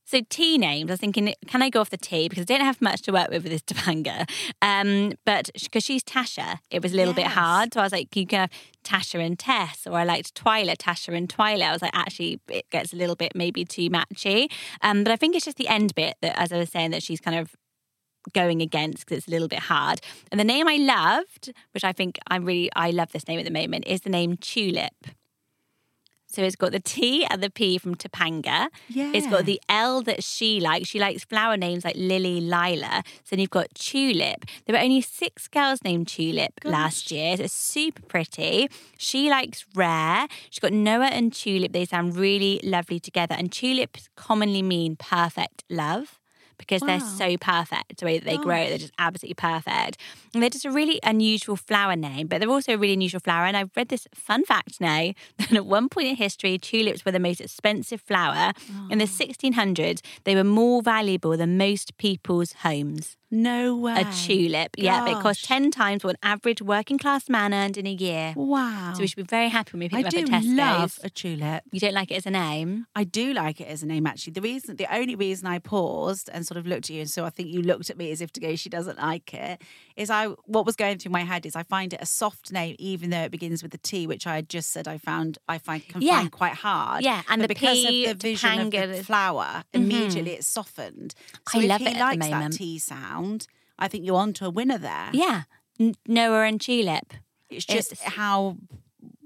S3: so T names, I was thinking, can I go off the T because I don't have much to work with with this Topanga. Um, but because she's Tasha, it was a little bit
S4: Yes.
S3: hard. So I was like, you can have Tasha and Tess, or I liked Twyla, Tasha and Twyla. I was like, actually, it gets a little bit maybe too matchy. Um, but I think it's just the end bit that, as I was saying, that she's kind of going against because it's a little bit hard. And the name I loved, which I think I'm really I love this name at the moment, is the name Tulip. So it's got the T and the P from Topanga. It's
S4: Yeah.
S3: got the L that she likes. She likes flower names like Lily, Lila. So then you've got Tulip. There were only six girls named Tulip last year. So it's super pretty. She likes Rare. She's got Noah and Tulip. They sound really lovely together. And tulips commonly mean perfect love because they're so perfect the way that they grow they're just absolutely perfect and they're just a really unusual flower name but they're also a really unusual flower and i've read this fun fact now that at one point in history tulips were the most expensive flower in
S4: Oh.
S3: the 1600s they were more valuable than most people's homes
S4: No way.
S3: a tulip yeah it cost
S4: Gosh.
S3: 10 times what an average working class man earned in a year
S4: Wow.
S3: so we should be very happy when we
S4: I
S3: pick them
S4: do
S3: up at tesco's
S4: love a tulip.
S3: you don't like it as a name
S4: I do like it as a name, actually. The reason, the only reason I paused and sort of looked at you, and so I think you looked at me as if to go, she doesn't like it, is I. What was going through my head is I find it a soft name, even though it begins with a T, which I had just said I found I find can
S3: Yeah.
S4: find quite hard.
S3: Yeah, and
S4: But
S3: the
S4: because
S3: P
S4: of the vision of
S3: Topanga
S4: the
S3: is- Mm-hmm.
S4: flower, immediately it's softened. So
S3: I
S4: if
S3: love
S4: he
S3: it at the
S4: likes
S3: moment.
S4: that T sound. I think you're onto a winner there.
S3: yeah N- noah and tulip
S4: it's just
S3: it's-
S4: how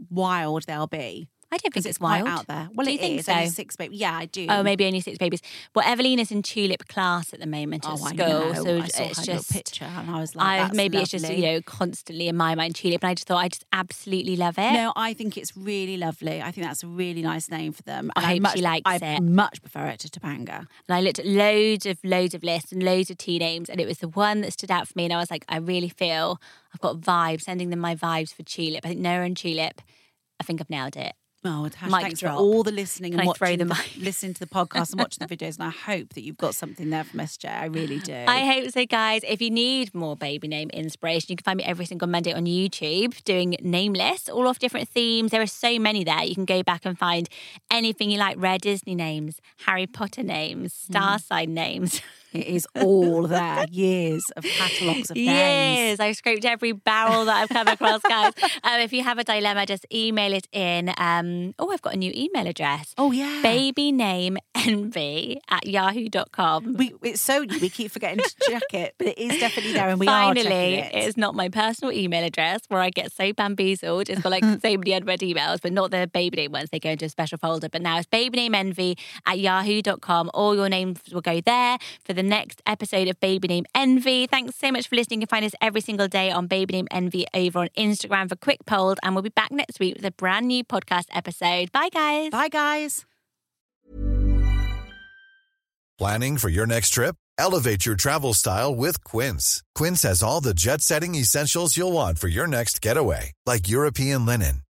S4: wild they'll be.
S3: I don't think
S4: 'Cause
S3: it's, wild
S4: quite out there. Well,
S3: Do
S4: it
S3: you think
S4: is, only
S3: so?
S4: six baby. Yeah, I do.
S3: Oh, maybe only six babies. Well, Evelina's in tulip class at the moment at
S4: Oh, I
S3: school,
S4: know.
S3: so
S4: I saw
S3: it's
S4: her little
S3: just
S4: picture and I was like,
S3: I-
S4: "That's
S3: maybe it's just you
S4: lovely."
S3: know constantly in my mind tulip, and I just thought I just absolutely love it.
S4: No, I think it's really lovely. I think that's a really nice name for them.
S3: I
S4: And
S3: hope
S4: much,
S3: she likes
S4: I
S3: it.
S4: much prefer it to Topanga.
S3: And I looked at loads of loads of lists and loads of tea names, and it was the one that stood out for me. And I was like, I really feel I've got vibes. Sending them my vibes for tulip. I think Noah and tulip. I think I've nailed it.
S4: Oh, and hash-
S3: Mic
S4: thanks
S3: drop.
S4: for all the listening
S3: Can
S4: and
S3: I throw
S4: watching
S3: the
S4: the,
S3: mic?
S4: listening to the podcast and watching the videos. And I hope that you've got something there from SJ. I really do.
S3: I hope so, guys. If you need more baby name inspiration, you can find me every single Monday on YouTube doing name lists, all off different themes. There are so many there. You can go back and find anything you like rare Disney names, Harry Potter names,
S4: Mm-hmm.
S3: star sign names.
S4: it is all there. Years of catalogues of names.
S3: Yes, I've scraped every barrel that I've come across, guys. Um, if you have a dilemma, just email it in. Um, oh, I've got a new email address.
S4: Oh, yeah.
S3: Baby name envy at yahoo.com.
S4: We, it's so we keep forgetting to check it, but it is definitely there, and we
S3: Finally,
S4: are checking it.
S3: it's not my personal email address where I get so bamboozled. It's got like so many unread emails, but not the baby name ones. They go into a special folder. But now it's baby name envy at yahoo.com. All your names will go there for the next episode of Baby Name Envy. Thanks so much for listening. You can find us every single day on Baby Name Envy over on Instagram for quick polls. And we'll be back next week with a brand new podcast episode. Bye, guys.
S4: Bye, guys.
S5: Planning for your next trip? Elevate your travel style with Quince. Quince has all the jet setting essentials you'll want for your next getaway, like European linen,